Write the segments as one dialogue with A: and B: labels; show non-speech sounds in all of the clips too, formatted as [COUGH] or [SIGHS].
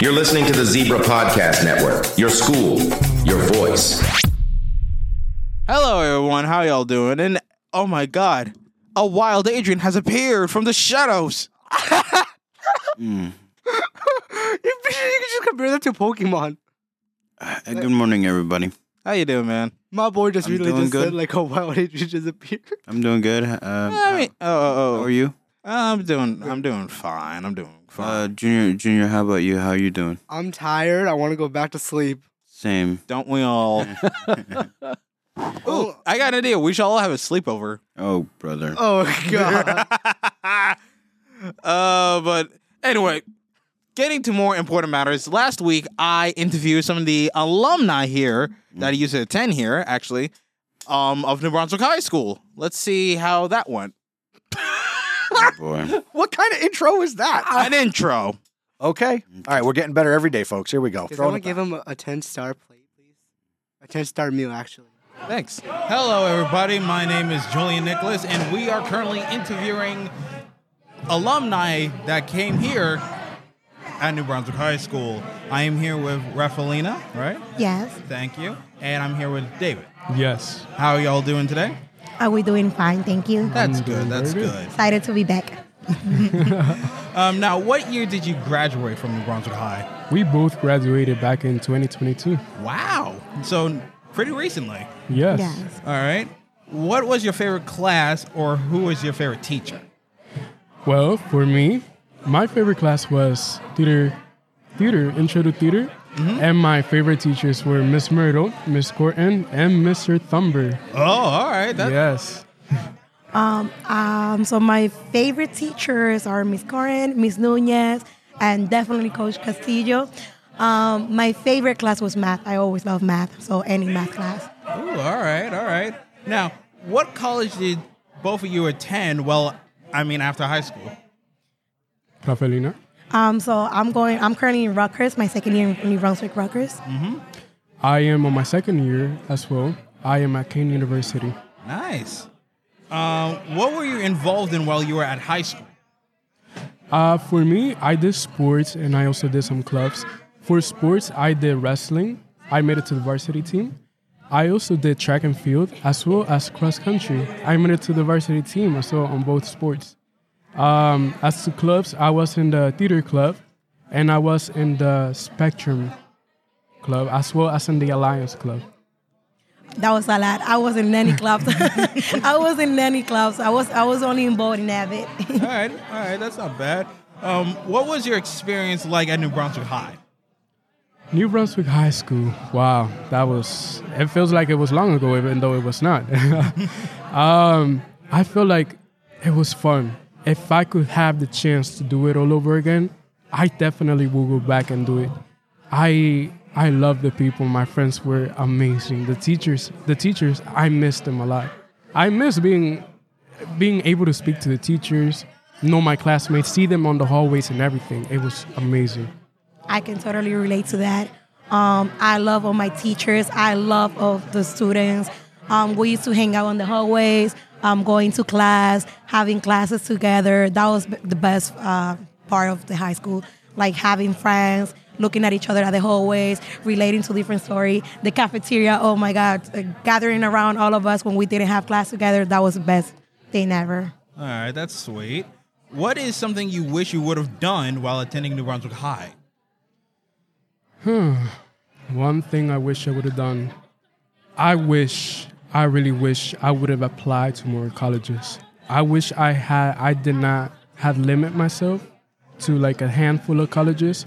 A: You're listening to the Zebra Podcast Network, your school, your voice.
B: Hello, everyone. How y'all doing? And oh my God, a wild Adrian has appeared from the shadows.
C: you [LAUGHS] can just compare that to Pokemon.
D: Uh, Good morning, everybody.
B: How you doing, man?
C: My boy just
D: I'm
C: really
D: doing
C: just
D: good.
C: said like, [LAUGHS] "Oh wow, it just disappeared."
D: I'm doing good. Uh,
B: I mean, oh,
D: how
B: oh,
D: are
B: oh,
D: you,
B: I'm doing, I'm doing fine. I'm doing fine.
D: uh, Junior? Junior, how about you? How are you doing?
C: I'm tired. I want to go back to sleep.
D: Same.
B: Don't we all?
D: [LAUGHS]
B: Ooh,
C: Oh,
B: I got an idea. We should all have a sleepover.
D: Oh, brother.
E: [LAUGHS]
C: oh [LAUGHS] god.
B: [LAUGHS] uh, but anyway, getting to more important matters. Last week, I interviewed some of the alumni here that used to attend here, actually, um, of New Brunswick High School. Let's see how that went.
D: Oh, boy.
E: What kind of intro is that?
B: [LAUGHS] An intro.
E: Okay. All right, we're getting better every day, folks. Here we go.
C: Can
E: Throw
C: someone
E: it
C: give him a, a ten star plate, please? A ten star meal, actually.
B: Thanks. Hello, everybody. My name is Julian Nicholas, and we are currently interviewing alumni that came here at New Brunswick High School. I am here with Rafalina, right?
F: Yes.
B: Thank you. And I'm here with David.
G: Yes.
B: How are y'all doing today?
F: Are we doing fine? Thank you.
B: That's good. That's good.
F: Excited to be back.
B: Um, now, what year did you graduate from New Brunswick High?
G: We both graduated back in 2022.
B: Wow. So, pretty recently.
G: Yes.
F: Yes.
B: All right. What was your favorite class or who was your favorite teacher?
G: Well, for me, my favorite class was theater, theater, intro to theater. And my favorite teachers were Miss Myrtle, Miss Corton, and Mr. Thumber.
B: Oh, all right. That,
G: yes.
F: Um, so my favorite teachers are Miss Corin, Miss Nunez, and definitely Coach Castillo. Um, my favorite class was math. I always love math, so any math class.
B: Ooh, all right, all right. Now, what college did both of you attend? Well, I mean, after high school.
G: Rafaelina.
F: Um, so I'm going. I'm currently in Rutgers, my second year in New Brunswick Rutgers.
G: I am on my second year as well. I am at Kane University.
B: Nice. Um, what were you involved in while you were at high school?
G: Uh, for me, I did sports and I also did some clubs. For sports, I did wrestling. I made it to the varsity team. I also did track and field as well as cross country. I made it to the varsity team as well on both sports. Um, as to clubs, I was in the theater club and I was in the Spectrum club as well as in the Alliance club.
F: That was a lot. I was in nanny clubs. [LAUGHS] I was in nanny clubs. I was I was only involved in [LAUGHS] Abbott.
B: All right, all right, that's not bad. Um, what was your experience like at New Brunswick High?
G: New Brunswick High School. Wow, that was. It feels like it was long ago, even though it was not. [LAUGHS] um, I feel like it was fun. If I could have the chance to do it all over again, I definitely will go back and do it. I I love the people. My friends were amazing. The teachers, the teachers, I miss them a lot. I miss being being able to speak to the teachers, know my classmates, see them on the hallways and everything. It was amazing.
F: I can totally relate to that. Um, I love all my teachers. I love of the students. Um, we used to hang out in the hallways, um, going to class, having classes together. That was the best uh, part of the high school, like having friends, looking at each other at the hallways, relating to different story. The cafeteria, oh my God, uh, gathering around all of us when we didn't have class together. That was the best thing ever.
B: All right, that's sweet. What is something you wish you would have done while attending New Brunswick High?
G: One thing I wish I would have done. I wish, I really wish I would have applied to more colleges. I wish I had, I did not have limit myself to like a handful of colleges.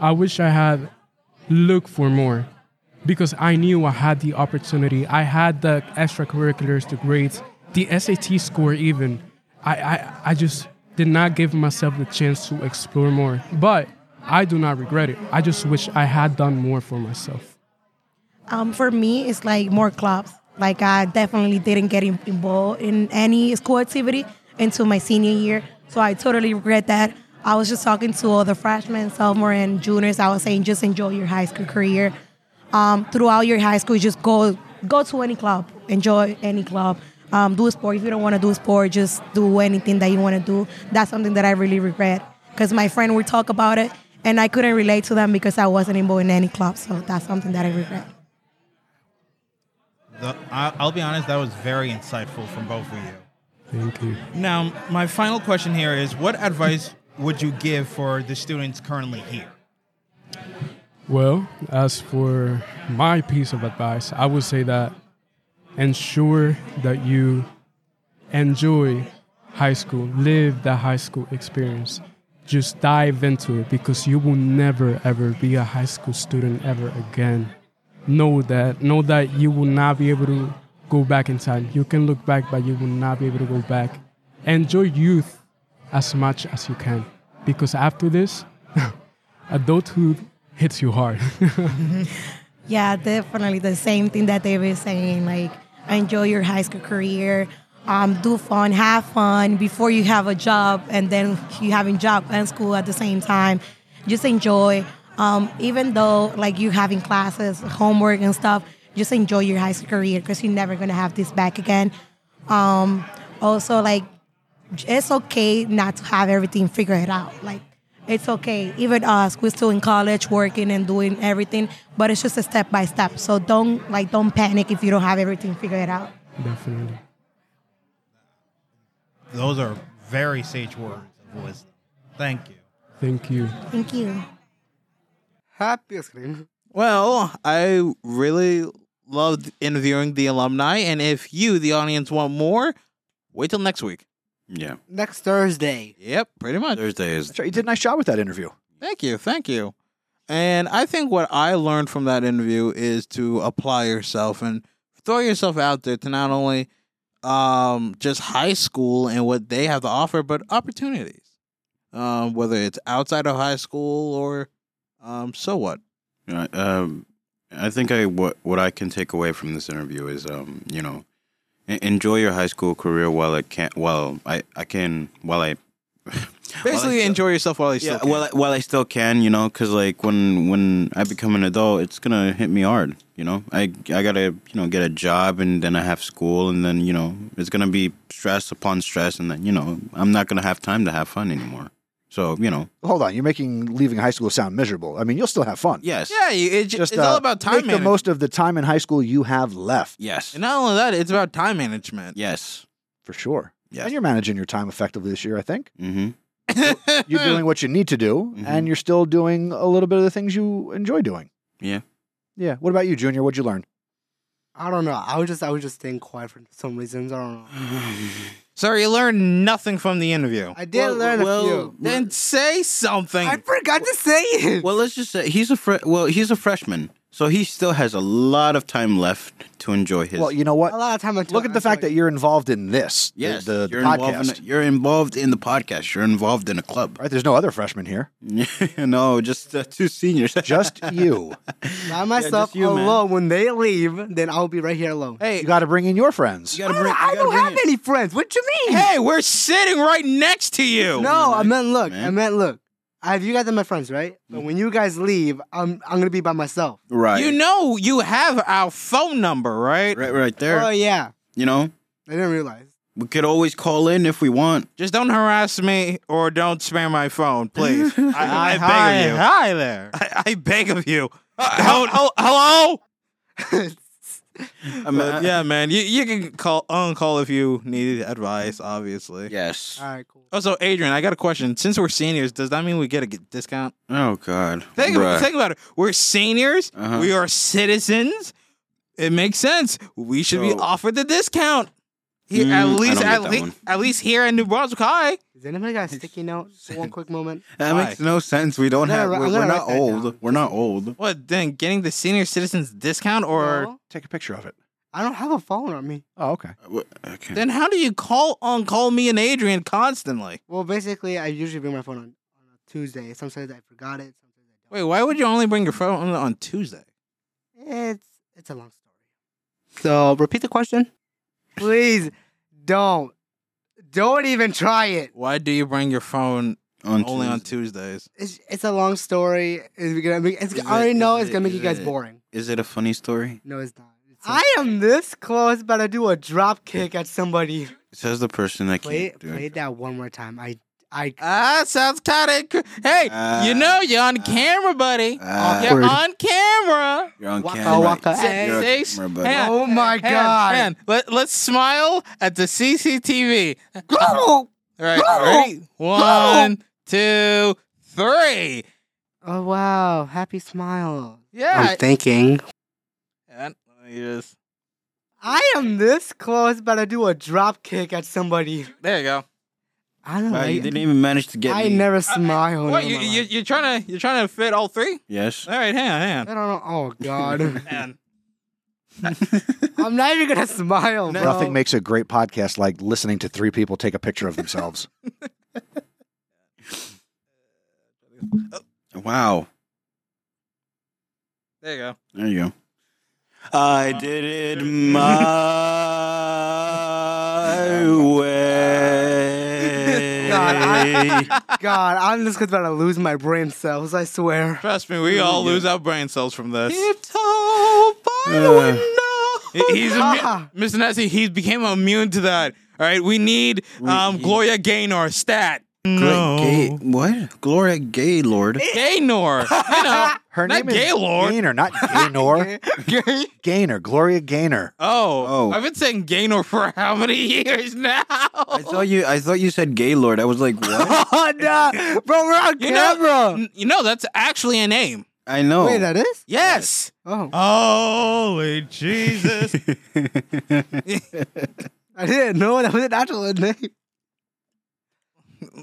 G: I wish I had looked for more because I knew I had the opportunity. I had the extracurriculars, the grades, the SAT score even. I, I, I just did not give myself the chance to explore more. But I do not regret it. I just wish I had done more for myself.
F: Um, for me, it's like more clubs. Like I definitely didn't get in- involved in any school activity until my senior year, so I totally regret that. I was just talking to all the freshmen, sophomore, and juniors. I was saying, just enjoy your high school career. Um, throughout your high school, just go go to any club, enjoy any club. Um, do a sport if you don't want to do a sport, just do anything that you want to do. That's something that I really regret because my friend would talk about it And I couldn't relate to them because I wasn't involved in any club. So that's something that I regret.
B: The, I, I'll be honest, that was very insightful from both of you.
G: Thank you.
B: Now, my final question here is what advice would you give for the students currently here?
G: Well, as for my piece of advice, I would say that ensure that you enjoy high school, live that high school experience. Just dive into it because you will never ever be a high school student ever again. Know that, know that you will not be able to go back in time. You can look back, but you will not be able to go back. Enjoy youth as much as you can because after this, adulthood hits you hard. [LAUGHS]
F: Yeah, definitely the same thing that they were saying. Like, enjoy your high school career, um, do fun, have fun before you have a job, and then you having job and school at the same time. Just enjoy. Um, even though like you having classes, homework and stuff, just enjoy your high school career because you're never gonna have this back again. Um, also, like it's okay not to have everything figured out. Like, it's okay. Even us, we're still in college, working and doing everything, but it's just a step by step. So don't like don't panic if you don't have everything figured out.
G: Definitely.
B: Those are very sage words of wisdom. Thank you.
G: Thank you.
F: Thank you.
C: Happy screen.
H: [LAUGHS] Well, I really loved interviewing the alumni, and if you, the audience, want more, wait till next week.
D: Yeah.
C: Next Thursday.
H: Yep, pretty much.
D: Thursday is
E: You did a nice job with that interview.
H: Thank you, thank you. And I think what I learned from that interview is to apply yourself and throw yourself out there to not only um, just high school and what they have to offer, but opportunities, um, whether it's outside of high school or um, so what.
D: Yeah, um, I think I what what I can take away from this interview is um, you know, en- enjoy your high school career while it can while I I can while I
H: Basically, enjoy yourself while you still
D: yeah
H: can.
D: while I, while I still can you know because like when when I become an adult it's gonna hit me hard you know I I gotta you know get a job and then I have school and then you know it's gonna be stress upon stress and then you know I'm not gonna have time to have fun anymore so you know
E: Hold on, you're making leaving high school sound miserable. I mean, you'll still have fun.
D: yes
H: yeah, you- it,
E: Just,
H: it's all
E: uh,
H: about time
E: Make
H: management.
E: the most of the time in high school you have left,
D: yes
H: and not only that, it's about time management.
D: yes
E: for sure.
D: Yes.
E: And you're managing your time effectively this year,
D: [LAUGHS]
E: I think.
D: mm-hmm.
E: You're doing what you need to do, and you're still doing a little bit of the things you enjoy doing.
D: yeah
E: Yeah. What about you, Junior? What'd you learn?
C: I don't know. I was just I was just staying quiet for some reasons. I don't know.
H: [SIGHS] So you learned nothing from the interview.
C: I did learn a few.
H: Then say something.
C: I forgot to say it.
D: [LAUGHS] Well, let's just say he's a fre- well, he's a freshman, so he still has a lot of time left to enjoy his.
E: Well, you know what?
C: a lot of time I took-
E: Look at
C: I
E: the fact
C: took-
E: that you're involved in this. the-
D: yes,
E: the, the
D: you're
E: podcast.
D: Involved in, you're involved in the podcast. You're involved in a club. [LAUGHS]
E: right? There's no other freshmen here.
D: no, just uh, two seniors.
E: Just you.
C: by myself
D: you, man.
C: alone. When they leave, then I'll be right here alone.
D: [LAUGHS]
E: You got to bring in your friends.
D: You gotta bring-
C: I
D: you gotta
C: don't
D: bring
C: have
D: it.
C: any friends. What you mean?
H: Hey, we're sitting right next to you.
C: No, I meant look. I
D: man.
C: meant look. I have you guys are my friends, right? But when you guys leave, I'm I'm gonna be by myself.
D: Right,
H: You know you have our phone number, right?
D: right, right there.
C: Oh yeah,
D: You know,
C: I didn't realize.
D: we could always call in if we want.
H: Just don't harass me or don't spam my phone,
B: [LAUGHS]
H: please. I, I beg
B: hi-
H: of you. Hi
C: [LAUGHS]
H: there. I, I beg of you. don't. Oh, hello.
D: I mean, I-
H: yeah, man. You you can call uncall if you needed advice. Obviously.
D: Yes.
C: All right, cool.
H: Also, Adrian, I got a question. Since we're seniors, does that mean we get a g- discount?
D: Oh God.
H: Think,
D: Bruh.
H: think about it. We're seniors.
D: Uh-huh.
H: We are citizens. It makes sense. We should be
D: So-
H: offered the discount. He-
D: Mm, I
H: at
D: don't
H: least,
D: get
H: at,
D: that
H: lea-
D: one.
H: at least here in New Brunswick High.
C: Does anybody got a sticky note? for One quick moment.
D: That
H: Why?
D: makes no sense. We
C: I'm
D: don't
C: gonna
D: have.
C: wri-
D: We're,
C: I'm
D: we're
C: gonna
D: not
C: write that
D: old.
C: down.
D: We're not old.
H: What then? Getting the senior citizens discount, or
C: No,
E: Take a picture of it.
C: I don't have a phone on me.
E: Oh, okay.
D: Wh- Okay.
H: then how do you call on call me and Adrian constantly?
C: Well, basically, I usually bring my phone on, on a Tuesday. Sometimes I forgot it. Sometimes I
H: Wait, why would you only bring your phone on, on Tuesday?
C: don't. It's it's a long story. So repeat the question. Please don't don't even try it.
H: Why do you bring your phone only on Tuesdays?
C: It's it's a long story. It's gonna make. It's,
D: Is
C: I already
D: it-
C: know
D: is
C: it's gonna make
D: it-
C: you
D: is
C: guys
D: it-
C: boring.
D: Is it a funny story?
C: No, it's not. I am this close, but I do a drop kick at somebody.
D: It says the person that
C: Play
D: can't
C: it,
D: do it.
C: play that one more time. I I
H: Ah, sounds kind of. Hey, you know you're on camera, buddy.
D: Ah.
H: you're
E: Awkward.
H: on camera.
D: You're on
C: Waka
D: camera.
C: waka.
H: Say-
D: You're on
H: say-
D: camera, buddy.
H: hang on,
C: Oh my
H: hang on,
C: God.
H: hang on. Let, let's smile at the CCTV. All right, ready? One, two, three.
C: Oh wow, happy smile.
H: Yeah.
C: I'm thinking.
H: And let me just-
C: I am this close, but I do a drop kick at somebody.
H: there you go.
C: I don't
D: Wow, you
C: like.
D: didn't even manage to get
C: I
D: me.
C: never smile.
H: Uh, What
C: in
H: you,
C: Oh my
H: you
C: life.
H: you're trying to you're trying to fit all three?
D: Yes.
H: All right, hang on, hang
C: I
H: on.
C: don't know. Oh
H: [LAUGHS]
C: god,
H: Hang on.
C: [LAUGHS] I'm not even gonna smile, bro.
E: Nothing makes a great podcast like listening to three people take a picture of themselves.
D: Wow.
H: There you go.
D: There you go. I
C: [LAUGHS]
D: did it my way.
C: God, I- God, I'm just gonna lose my brain cells. I
H: [LAUGHS]
C: swear.
H: Trust me, [LAUGHS] we all lose our brain cells from this.
D: Uh,
H: He- He's
C: Ah.
H: immu- Mr. Nessie. He became immune to that. All right, we need um, Gloria Gaynor stat. No,
D: Gay, what? Gloria Gaylord.
H: Gaynor. You know,
E: [LAUGHS] Her name
H: Not Gaylord.
E: is Gaynor, not Gaynor. [LAUGHS] Gaynor, Gloria Gaynor.
H: oh,
D: Oh.
H: I've been saying Gaynor for [LAUGHS] how many years now?
D: I thought you. I thought you said Gaylord. I was
C: [LAUGHS]
D: like, what?
C: Oh no, bro, we're on
H: You know,
C: camera.
H: n- you know that's actually a name.
D: I know.
C: Wait, that is?
H: Yes.
C: Oh,
H: [LAUGHS]
B: Holy Jesus.
C: I didn't know that was an actual [LAUGHS] name.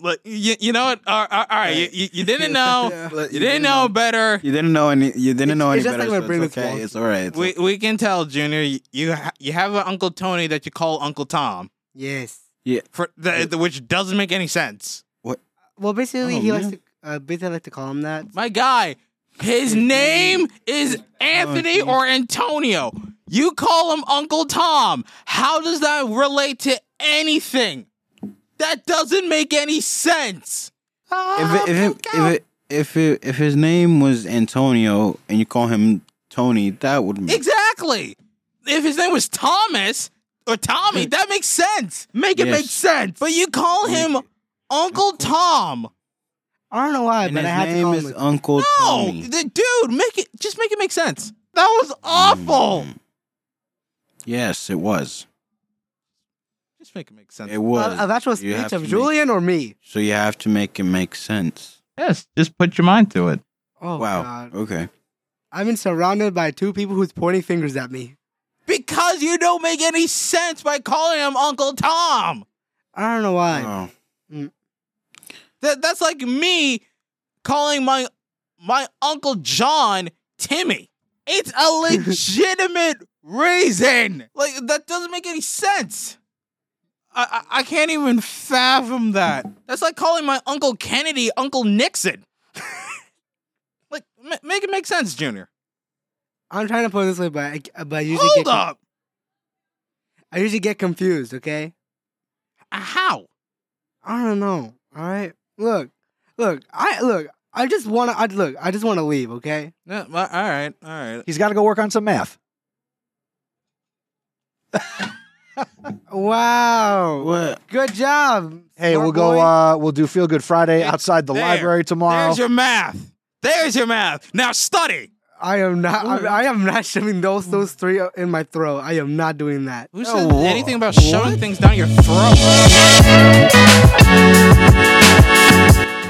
H: Look, you, you know what? All right, all right. You, you, you didn't know.
D: [LAUGHS] But
H: You didn't know better.
D: You didn't know any. You didn't
C: It's-
D: know any
C: it's just
D: better.
C: like my
D: so
C: brain
D: it's
C: is
D: okay.
C: wonky.
D: It's all right.
H: We we can tell, Junior. You you, ha- you have an Uncle Tony that you call Uncle Tom
C: Yes.
H: for the, the, which doesn't make any sense.
C: Well, basically,
D: Oh,
C: he likes
D: yeah.
C: to. Uh, basically, I like to call him that.
H: My guy, his name is Anthony or Antonio. You call him Uncle Tom. How does that relate to anything? That doesn't make any sense. Oh,
D: if it, if it, if it, if it, if his name was Antonio and you call him Tony, that would make
H: Exactly. If his name was Thomas or Tommy, that makes sense. Make it
D: Yes.
H: make sense. But you call him Uncle Tom.
C: I don't know why,
D: And
C: but
D: his
C: I had to
D: name
C: call
D: is
C: him.
D: Uncle
H: No,
D: Tony.
H: the- dude, make it just make it make sense. That was awful.
D: Mm. Yes, it was.
H: Just make it make sense.
D: It was.
C: a, a actual
D: You have
C: speech
D: to
C: of
D: make-
C: Julian or me?
D: so you have to make it make sense.
B: yes, just put your mind to it.
C: Oh
D: wow.
C: God!
D: Okay.
C: I've been surrounded by two people who's pointing fingers at me.
H: Because you don't make any sense by calling him Uncle Tom.
C: I don't know why.
D: Oh.
H: That that's like me calling my my Uncle John Timmy. It's a legitimate reason. Like that doesn't make any sense. I, I I can't even fathom that. That's like calling my Uncle Kennedy Uncle Nixon. [LAUGHS] like ma- make it make sense, Junior.
C: I'm trying to put it this way, but I, but I usually get
H: Hold
C: con-
H: up.
C: I usually get confused. Okay.
H: How?
C: I don't know. All right. Look, look. I look. I just wanna. I look. I just wanna leave. Okay.
H: Yeah, well, all right, all right.
E: He's got to go work on some math.
C: Wow.
D: What?
C: Good job.
E: Hey,
C: smart
E: we'll go.
C: boy.
E: Uh, we'll do Feel Good Friday
H: Yeah,
E: outside the
H: there.
E: library tomorrow.
H: There's your math. There's your math. Now study.
C: I am not. I, I am not shoving those those three in my throat. I am not doing that.
H: Who said anything about shoving things down your throat?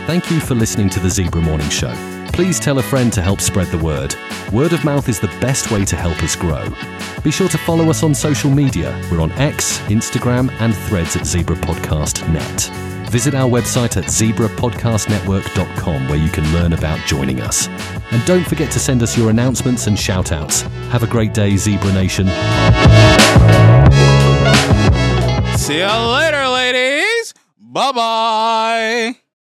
I: Thank you for listening to the Zebra Morning Show. Please tell a friend to help spread the word. Word of mouth is the best way to help us grow. Be sure to follow us on social media. We're on X, Instagram, and threads at Zebra Podcast Net. Visit our website at zebrapodcastnetwork.com where you can learn about joining us. And don't forget to send us your announcements and shout outs. Have a great day, Zebra Nation.
H: See you later, ladies. Bye bye.